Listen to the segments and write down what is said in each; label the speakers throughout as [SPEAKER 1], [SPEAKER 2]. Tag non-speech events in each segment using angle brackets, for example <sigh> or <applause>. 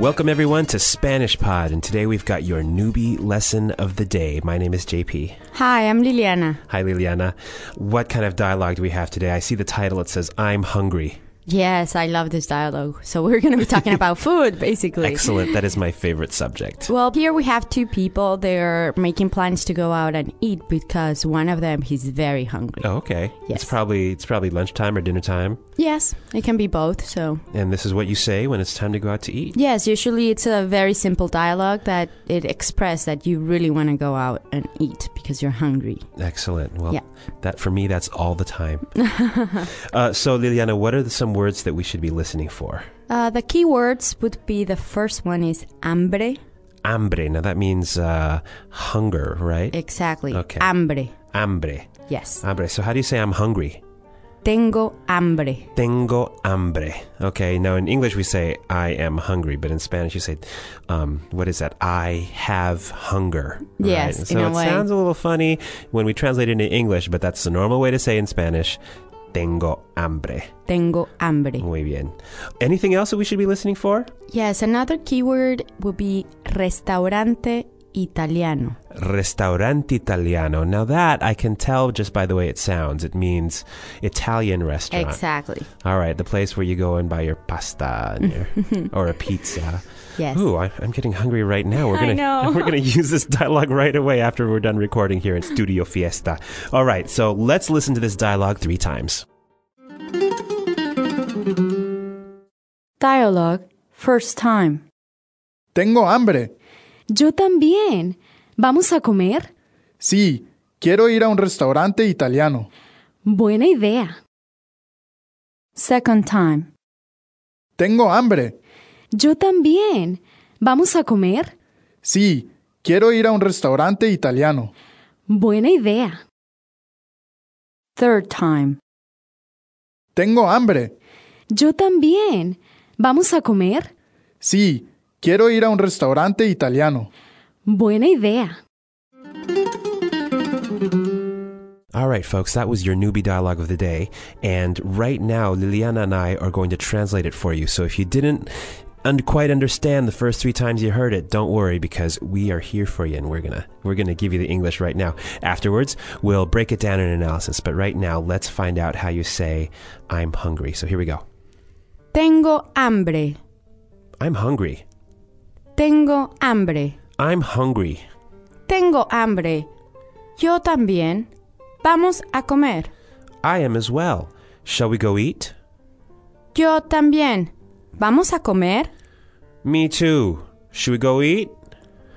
[SPEAKER 1] Welcome, everyone, to Spanish Pod, and today we've got your newbie lesson of the day. My name is JP.
[SPEAKER 2] Hi, I'm Liliana.
[SPEAKER 1] Hi, Liliana. What kind of dialogue do we have today? I see the title, it says, I'm hungry.
[SPEAKER 2] Yes, I love this dialogue. So we're going to be talking about food, basically.
[SPEAKER 1] Excellent. That is my favorite subject.
[SPEAKER 2] Well, here we have two people. They're making plans to go out and eat because one of them is very hungry.
[SPEAKER 1] Oh, okay. It's
[SPEAKER 2] Yes.
[SPEAKER 1] probably it's probably lunchtime or dinner time,
[SPEAKER 2] Yes, it can be both. So,
[SPEAKER 1] and this is what you say when it's time to go out to eat.
[SPEAKER 2] yes, usually it's a very simple dialogue that it expresses that you really want to go out and eat because you're hungry.
[SPEAKER 1] Excellent. Well,
[SPEAKER 2] Yeah.
[SPEAKER 1] that for me, that's all the
[SPEAKER 2] <laughs>
[SPEAKER 1] time. uh, so, Liliana, what are the, some words that we should be listening for?
[SPEAKER 2] Uh, the key words would be the first one is hambre.
[SPEAKER 1] Hambre. Now that means uh, hunger, right?
[SPEAKER 2] Exactly.
[SPEAKER 1] Okay.
[SPEAKER 2] Hambre.
[SPEAKER 1] Hambre.
[SPEAKER 2] Yes.
[SPEAKER 1] Hambre. So, how do you say I'm hungry?
[SPEAKER 2] Tengo hambre.
[SPEAKER 1] Tengo hambre. Okay, now in English we say I am hungry, but in Spanish you say, um, what is that? I have hunger. Right?
[SPEAKER 2] Yes, in
[SPEAKER 1] So
[SPEAKER 2] a
[SPEAKER 1] it
[SPEAKER 2] way.
[SPEAKER 1] sounds a little funny when we translate it into English, but that's the normal way to say in Spanish. Tengo hambre.
[SPEAKER 2] Tengo hambre.
[SPEAKER 1] Muy bien. Anything else that we should be listening for?
[SPEAKER 2] Yes, another keyword would be restaurante italiano.
[SPEAKER 1] Restaurante Italiano. Now that I can tell just by the way it sounds. It means Italian restaurant.
[SPEAKER 2] Exactly.
[SPEAKER 1] All right, the place where you go and buy your pasta and your, or a pizza.
[SPEAKER 2] Yes.
[SPEAKER 1] Ooh, I, I'm getting hungry right now. We're
[SPEAKER 2] <laughs> I
[SPEAKER 1] gonna
[SPEAKER 2] know.
[SPEAKER 1] <laughs> we're gonna use this dialogue right away after we're done recording here at Studio Fiesta. All right, so let's listen to this dialogue three times.
[SPEAKER 3] Dialogue, first time.
[SPEAKER 4] Tengo hambre.
[SPEAKER 3] Yo también. ¿Vamos a comer?
[SPEAKER 4] Sí, quiero ir a un restaurante italiano.
[SPEAKER 3] Buena idea. Second time.
[SPEAKER 4] Tengo hambre.
[SPEAKER 3] Yo también. ¿Vamos a comer?
[SPEAKER 4] Sí, quiero ir a un restaurante italiano.
[SPEAKER 3] Buena idea. Third time.
[SPEAKER 4] Tengo hambre.
[SPEAKER 3] Yo también. ¿Vamos a comer?
[SPEAKER 4] Sí, quiero ir a un restaurante italiano.
[SPEAKER 3] Buena idea.
[SPEAKER 1] All right, folks, that was your newbie dialogue of the day. And right now, Liliana and I are going to translate it for you. So if you didn't un- quite understand the first three times you heard it, don't worry because we are here for you, and we're gonna we're gonna give you the English right now. Afterwards, we'll break it down in analysis. But right now, let's find out how you say "I'm hungry." So here we go.
[SPEAKER 2] Tengo hambre.
[SPEAKER 1] I'm hungry.
[SPEAKER 2] Tengo hambre.
[SPEAKER 1] I'm hungry.
[SPEAKER 2] Tengo hambre. Yo también. Vamos a comer.
[SPEAKER 1] I am as well. Shall we go eat?
[SPEAKER 2] Yo también. Vamos a comer.
[SPEAKER 1] Me too. Should we go eat?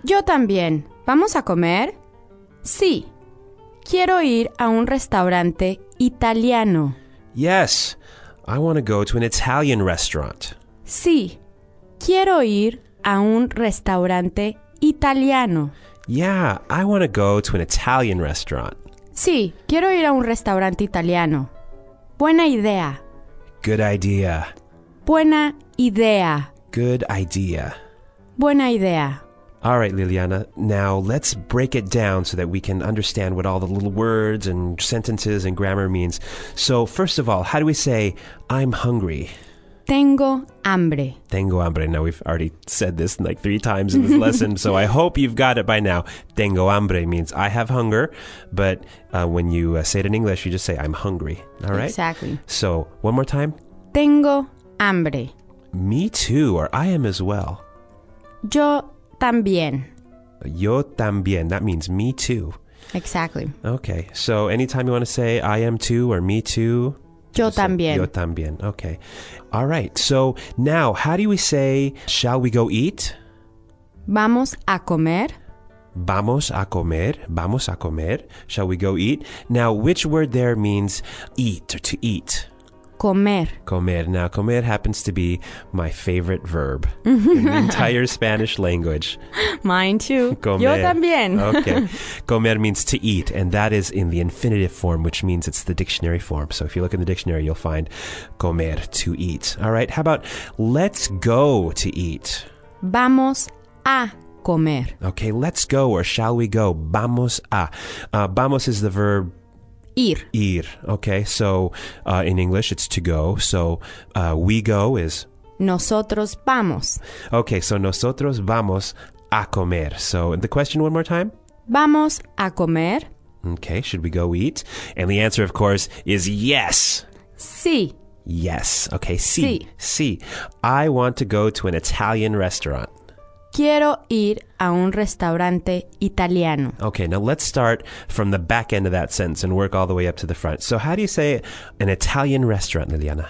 [SPEAKER 2] Yo también. Vamos a comer. Sí. Quiero ir a un restaurante italiano.
[SPEAKER 1] Yes. I want to go to an Italian restaurant.
[SPEAKER 2] Sí. Quiero ir a un restaurante italiano.
[SPEAKER 1] Yeah, I want to go to an Italian restaurant.
[SPEAKER 2] Sí, quiero ir a un restaurante italiano. Buena idea.
[SPEAKER 1] Good idea.
[SPEAKER 2] Buena idea.
[SPEAKER 1] Good idea.
[SPEAKER 2] Buena idea.
[SPEAKER 1] All right, Liliana. Now let's break it down so that we can understand what all the little words and sentences and grammar means. So, first of all, how do we say I'm hungry?
[SPEAKER 2] Tengo hambre.
[SPEAKER 1] Tengo hambre. Now, we've already said this like three times
[SPEAKER 2] <laughs>
[SPEAKER 1] in this lesson, so I hope you've got it by now. Tengo hambre means I have hunger, but uh, when you uh, say it in English, you just say I'm hungry. All right?
[SPEAKER 2] Exactly.
[SPEAKER 1] So, one more time.
[SPEAKER 2] Tengo hambre.
[SPEAKER 1] Me too, or I am as well.
[SPEAKER 2] Yo también.
[SPEAKER 1] Yo también. That means me too.
[SPEAKER 2] Exactly.
[SPEAKER 1] Okay. So, anytime you want to say I am too or me too,
[SPEAKER 2] Yo
[SPEAKER 1] just say,
[SPEAKER 2] también.
[SPEAKER 1] Yo también. Okay. All right. So, now how do we say, shall we go eat?
[SPEAKER 2] Vamos a comer.
[SPEAKER 1] Vamos a comer. Vamos a comer. Shall we go eat? Now, which word there means eat or to eat?
[SPEAKER 2] Comer.
[SPEAKER 1] Comer. Now, comer happens to be my favorite verb in
[SPEAKER 2] <laughs>
[SPEAKER 1] the entire Spanish language.
[SPEAKER 2] Mine too.
[SPEAKER 1] <laughs> Comer.
[SPEAKER 2] Yo también. <laughs>
[SPEAKER 1] okay. Comer means to eat, and that is in the infinitive form, which means it's the dictionary form. So if you look in the dictionary, you'll find comer, to eat. All right. How about let's go to eat?
[SPEAKER 2] Vamos a comer.
[SPEAKER 1] Okay, let's go or shall we go? Vamos a. Uh, vamos is the verb
[SPEAKER 2] Ir.
[SPEAKER 1] ir. Okay, so uh, in English it's to go. So uh, we go is
[SPEAKER 2] Nosotros vamos.
[SPEAKER 1] Okay, so nosotros vamos a comer. So the question one more time.
[SPEAKER 2] Vamos a comer.
[SPEAKER 1] Okay, should we go eat? And the answer, of course, is yes.
[SPEAKER 2] Sí.
[SPEAKER 1] Yes. Okay, see. See. I want to go to an Italian restaurant.
[SPEAKER 2] Quiero ir a un restaurante italiano.
[SPEAKER 1] Okay, now let's start from the back end of that sentence and work all the way up to the front. So, how do you say an Italian restaurant, Liliana?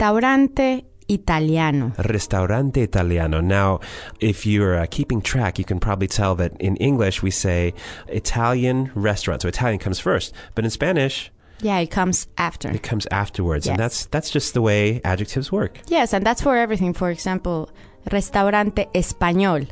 [SPEAKER 2] Restaurante italiano.
[SPEAKER 1] Restaurante Italiano. Now, if you're uh, keeping track, you can probably tell that in English we say Italian restaurant. So Italian comes first, but in Spanish
[SPEAKER 2] Yeah, it comes after.
[SPEAKER 1] it comes afterwards, and that's
[SPEAKER 2] Yes.
[SPEAKER 1] that's just the way adjectives work.
[SPEAKER 2] Yes, and that's for everything. For example, restaurante español,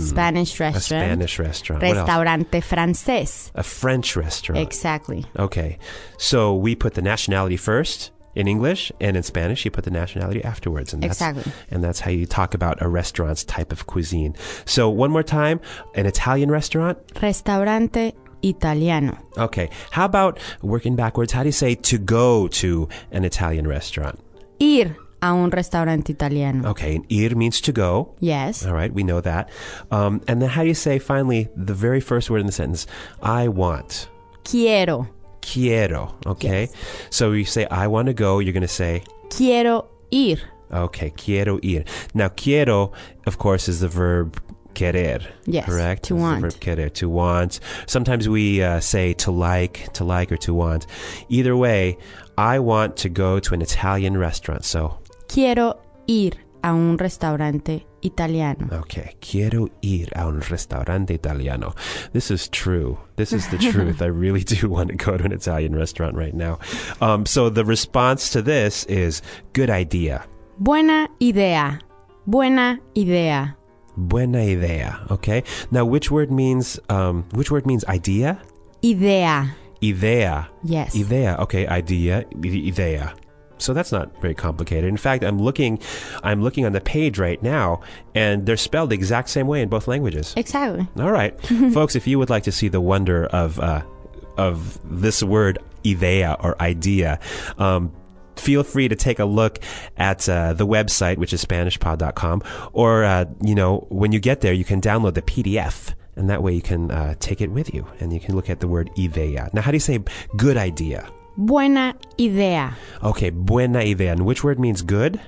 [SPEAKER 2] Spanish
[SPEAKER 1] A
[SPEAKER 2] restaurant,
[SPEAKER 1] Mm. Spanish restaurant. What else? Ah.
[SPEAKER 2] restaurante francés.
[SPEAKER 1] A French restaurant.
[SPEAKER 2] Exactly.
[SPEAKER 1] okay, so we put the nationality first. In English and in Spanish, you put the nationality afterwards, and that's
[SPEAKER 2] Exactly.
[SPEAKER 1] and that's how you talk about a restaurant's type of cuisine. So one more time, an Italian restaurant,
[SPEAKER 2] Restaurante italiano.
[SPEAKER 1] Okay. How about working backwards? How do you say to go to an Italian restaurant?
[SPEAKER 2] Ir a un restaurante italiano.
[SPEAKER 1] Okay. And ir means to go.
[SPEAKER 2] Yes.
[SPEAKER 1] All right. We know that. Um, and then how do you say finally the very first word in the sentence? I want.
[SPEAKER 2] Quiero.
[SPEAKER 1] Quiero. Okay. So you say I want to go. You're going to say
[SPEAKER 2] Quiero ir.
[SPEAKER 1] okay. Quiero ir. Now quiero, of course, is the verb querer.
[SPEAKER 2] Yes,
[SPEAKER 1] Correct.
[SPEAKER 2] to
[SPEAKER 1] It's the
[SPEAKER 2] want.
[SPEAKER 1] verb querer, to want. Sometimes we uh, say to like, to like, or to want. Either way, I want to go to an Italian restaurant. So,
[SPEAKER 2] Quiero ir a un restaurante italiano.
[SPEAKER 1] okay, quiero ir a un restaurante italiano. This is true. This is
[SPEAKER 2] <laughs>
[SPEAKER 1] the truth. I really do <laughs> want to go to an Italian restaurant right now. Um, so the response to this is good idea.
[SPEAKER 2] Buena idea. Buena idea.
[SPEAKER 1] Buena idea. Okay. Now, which word means um, which word means idea?
[SPEAKER 2] Idea.
[SPEAKER 1] Idea.
[SPEAKER 2] Yes.
[SPEAKER 1] Idea. Okay, idea, i- idea. So that's not very complicated. In fact, I'm looking, I'm looking on the page right now, and they're spelled the exact same way in both languages.
[SPEAKER 2] Exactly.
[SPEAKER 1] All right, folks, if you would like to see the wonder of uh, of this word idea or idea. Um, Feel free to take a look at uh, the website, which is SpanishPod.com, or uh, you know, when you get there, you can download the PDF, and that way you can uh, take it with you, and you can look at the word idea. Now, how do you say good idea?
[SPEAKER 2] Buena idea.
[SPEAKER 1] Okay, buena idea. And which word means good?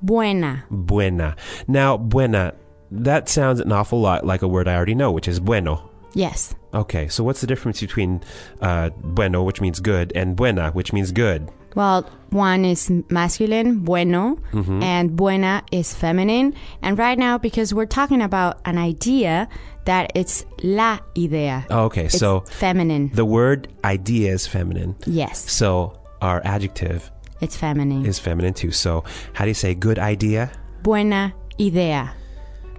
[SPEAKER 2] Buena.
[SPEAKER 1] Buena. Now, buena, that sounds an awful lot like a word I already know, which is bueno.
[SPEAKER 2] Yes.
[SPEAKER 1] Okay, so what's the difference between uh, bueno, which means good, and buena, which means good?
[SPEAKER 2] Well, one is masculine, bueno,
[SPEAKER 1] Mm-hmm.
[SPEAKER 2] and buena is feminine. And right now, because we're talking about an idea, that it's la idea.
[SPEAKER 1] Oh, Okay,
[SPEAKER 2] It's
[SPEAKER 1] so
[SPEAKER 2] feminine.
[SPEAKER 1] the word idea is feminine.
[SPEAKER 2] Yes,
[SPEAKER 1] So our adjective
[SPEAKER 2] it's feminine.
[SPEAKER 1] is feminine too. So how do you say good idea?
[SPEAKER 2] Buena idea.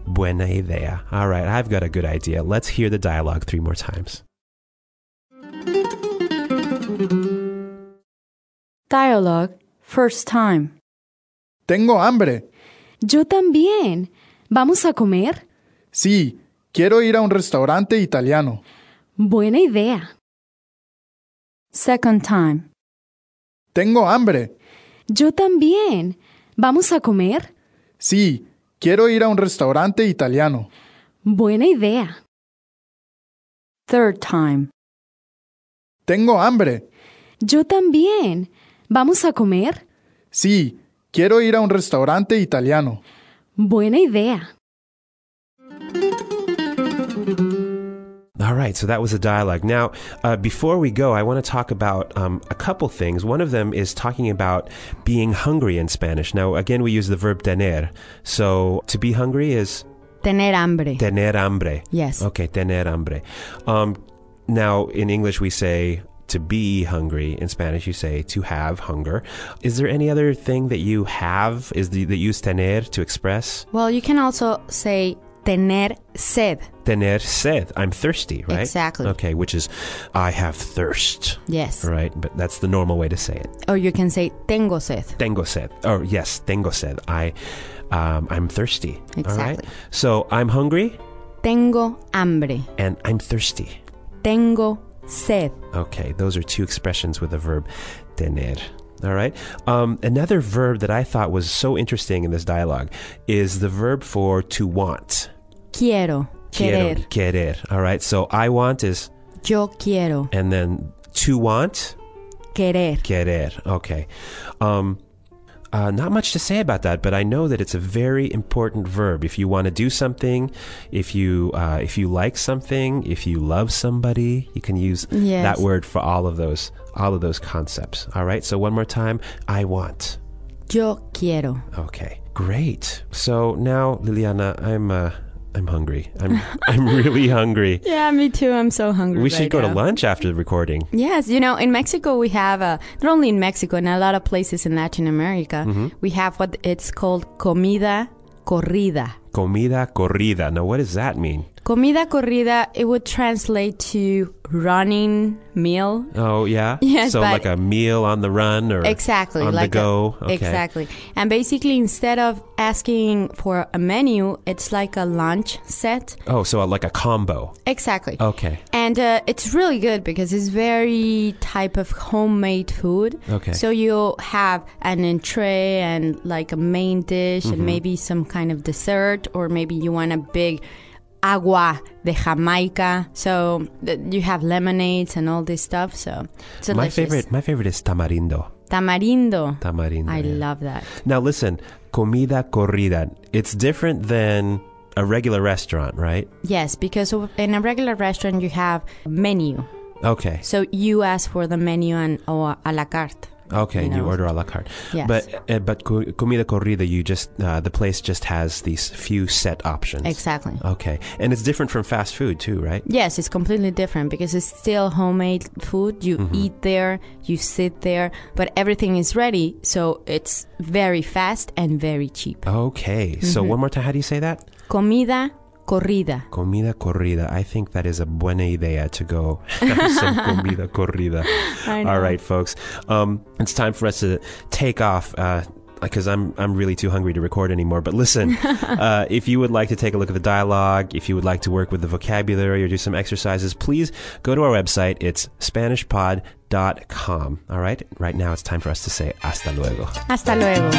[SPEAKER 1] Buena idea. All right, I've got a good idea. Let's hear the dialogue three more times.
[SPEAKER 3] Dialogue. First time.
[SPEAKER 4] Tengo hambre.
[SPEAKER 3] Yo también. ¿Vamos a comer?
[SPEAKER 4] Sí, quiero ir a un restaurante italiano.
[SPEAKER 3] Buena idea. Second time.
[SPEAKER 4] Tengo hambre.
[SPEAKER 3] Yo también. ¿Vamos a comer?
[SPEAKER 4] Sí, quiero ir a un restaurante italiano.
[SPEAKER 3] Buena idea. Third time.
[SPEAKER 4] Tengo hambre.
[SPEAKER 3] Yo también. ¿Vamos a comer?
[SPEAKER 4] Sí, quiero ir a un restaurante italiano.
[SPEAKER 3] Buena idea.
[SPEAKER 1] All right, so that was the dialogue. Now, uh, before we go, I want to talk about um, a couple things. One of them is talking about being hungry in Spanish. Now, again, we use the verb tener. So to be hungry is
[SPEAKER 2] Tener hambre.
[SPEAKER 1] tener hambre.
[SPEAKER 2] yes.
[SPEAKER 1] Okay, tener hambre. Um, now, in English, we say to be hungry. In Spanish, you say to have hunger. Is there any other thing that you have? Is the, that you use tener to express?
[SPEAKER 2] Well, you can also say tener sed.
[SPEAKER 1] Tener sed. I'm thirsty, right?
[SPEAKER 2] Exactly.
[SPEAKER 1] Okay, which is I have thirst,
[SPEAKER 2] Yes.
[SPEAKER 1] right? But that's the normal way to say it.
[SPEAKER 2] Or you can say tengo sed.
[SPEAKER 1] Tengo sed. Oh, yes, tengo sed. I, um, I'm thirsty. All right.
[SPEAKER 2] Exactly.
[SPEAKER 1] So I'm hungry
[SPEAKER 2] Tengo hambre.
[SPEAKER 1] and I'm thirsty.
[SPEAKER 2] Tengo sed.
[SPEAKER 1] Okay, those are two expressions with the verb tener. All right. Um, another verb that I thought was so interesting in this dialogue is the verb for to want.
[SPEAKER 2] Quiero. Querer.
[SPEAKER 1] Quiero. Querer. All right. So I want is,
[SPEAKER 2] Yo quiero.
[SPEAKER 1] and then to want,
[SPEAKER 2] Querer.
[SPEAKER 1] querer. Okay. Um, uh, not much to say about that, but I know that it's a very important verb. If you want to do something, if you uh, if you like something, if you love somebody, you can use
[SPEAKER 2] Yes.
[SPEAKER 1] that word for all of those all of those concepts. All right. So one more time, I want.
[SPEAKER 2] Yo quiero.
[SPEAKER 1] Okay, great. So now, Liliana, I'm uh, I'm hungry.
[SPEAKER 2] <laughs>
[SPEAKER 1] I'm I'm really hungry.
[SPEAKER 2] Yeah, me too. I'm so hungry.
[SPEAKER 1] We should
[SPEAKER 2] right
[SPEAKER 1] go to
[SPEAKER 2] now.
[SPEAKER 1] lunch after the recording.
[SPEAKER 2] Yes, you know, in Mexico we have a, not only in Mexico, in a lot of places in Latin America,
[SPEAKER 1] Mm-hmm.
[SPEAKER 2] we have what it's called comida corrida.
[SPEAKER 1] Comida corrida. Now, what does that mean?
[SPEAKER 2] Comida corrida, it would translate to running meal.
[SPEAKER 1] Oh, yeah.
[SPEAKER 2] <laughs> Yes,
[SPEAKER 1] so
[SPEAKER 2] but-
[SPEAKER 1] like a meal on the run or
[SPEAKER 2] Exactly.
[SPEAKER 1] on
[SPEAKER 2] like
[SPEAKER 1] the go.
[SPEAKER 2] a-
[SPEAKER 1] Okay.
[SPEAKER 2] Exactly. And basically, instead of asking for a menu, it's like a lunch set.
[SPEAKER 1] Oh, so like a combo.
[SPEAKER 2] Exactly.
[SPEAKER 1] Okay.
[SPEAKER 2] And uh, it's really good because it's very type of homemade food.
[SPEAKER 1] Okay.
[SPEAKER 2] So you'll have an entree and like a main dish
[SPEAKER 1] Mm-hmm.
[SPEAKER 2] and maybe some kind of dessert or maybe you want a big agua de Jamaica. So th- you have lemonades and all this stuff. So it's
[SPEAKER 1] My
[SPEAKER 2] delicious.
[SPEAKER 1] favorite. My favorite is tamarindo.
[SPEAKER 2] tamarindo.
[SPEAKER 1] Tamarindo.
[SPEAKER 2] I
[SPEAKER 1] yeah.
[SPEAKER 2] love that.
[SPEAKER 1] Now listen, comida corrida. It's different than a regular restaurant, right?
[SPEAKER 2] Yes, because o- in a regular restaurant you have menu.
[SPEAKER 1] Okay.
[SPEAKER 2] So you ask for the menu and or a la carte.
[SPEAKER 1] Okay,
[SPEAKER 2] you
[SPEAKER 1] and you
[SPEAKER 2] know.
[SPEAKER 1] order a la carte.
[SPEAKER 2] Yes.
[SPEAKER 1] But uh, but co- comida corrida, you just uh, the place just has these few set options.
[SPEAKER 2] Exactly.
[SPEAKER 1] Okay, and it's different from fast food too, right?
[SPEAKER 2] Yes, it's completely different because it's still homemade food. You eat there, you sit there, but everything is ready. So it's very fast and very
[SPEAKER 1] Uh.
[SPEAKER 2] cheap.
[SPEAKER 1] Okay,
[SPEAKER 2] Mm-hmm.
[SPEAKER 1] so one more time, how do you say that?
[SPEAKER 2] Comida corrida.
[SPEAKER 1] Comida corrida. I think that is a buena idea to go <laughs> have some comida corrida. All right, folks. Um, it's time for us to take off. Uh, because I'm I'm really too hungry to record anymore. But listen, uh, if you would like to take a look at the dialogue, if you would like to work with the vocabulary or do some exercises, please go to our website. It's SpanishPod.com. All right. Right now, it's time for us to say hasta luego.
[SPEAKER 2] Hasta luego.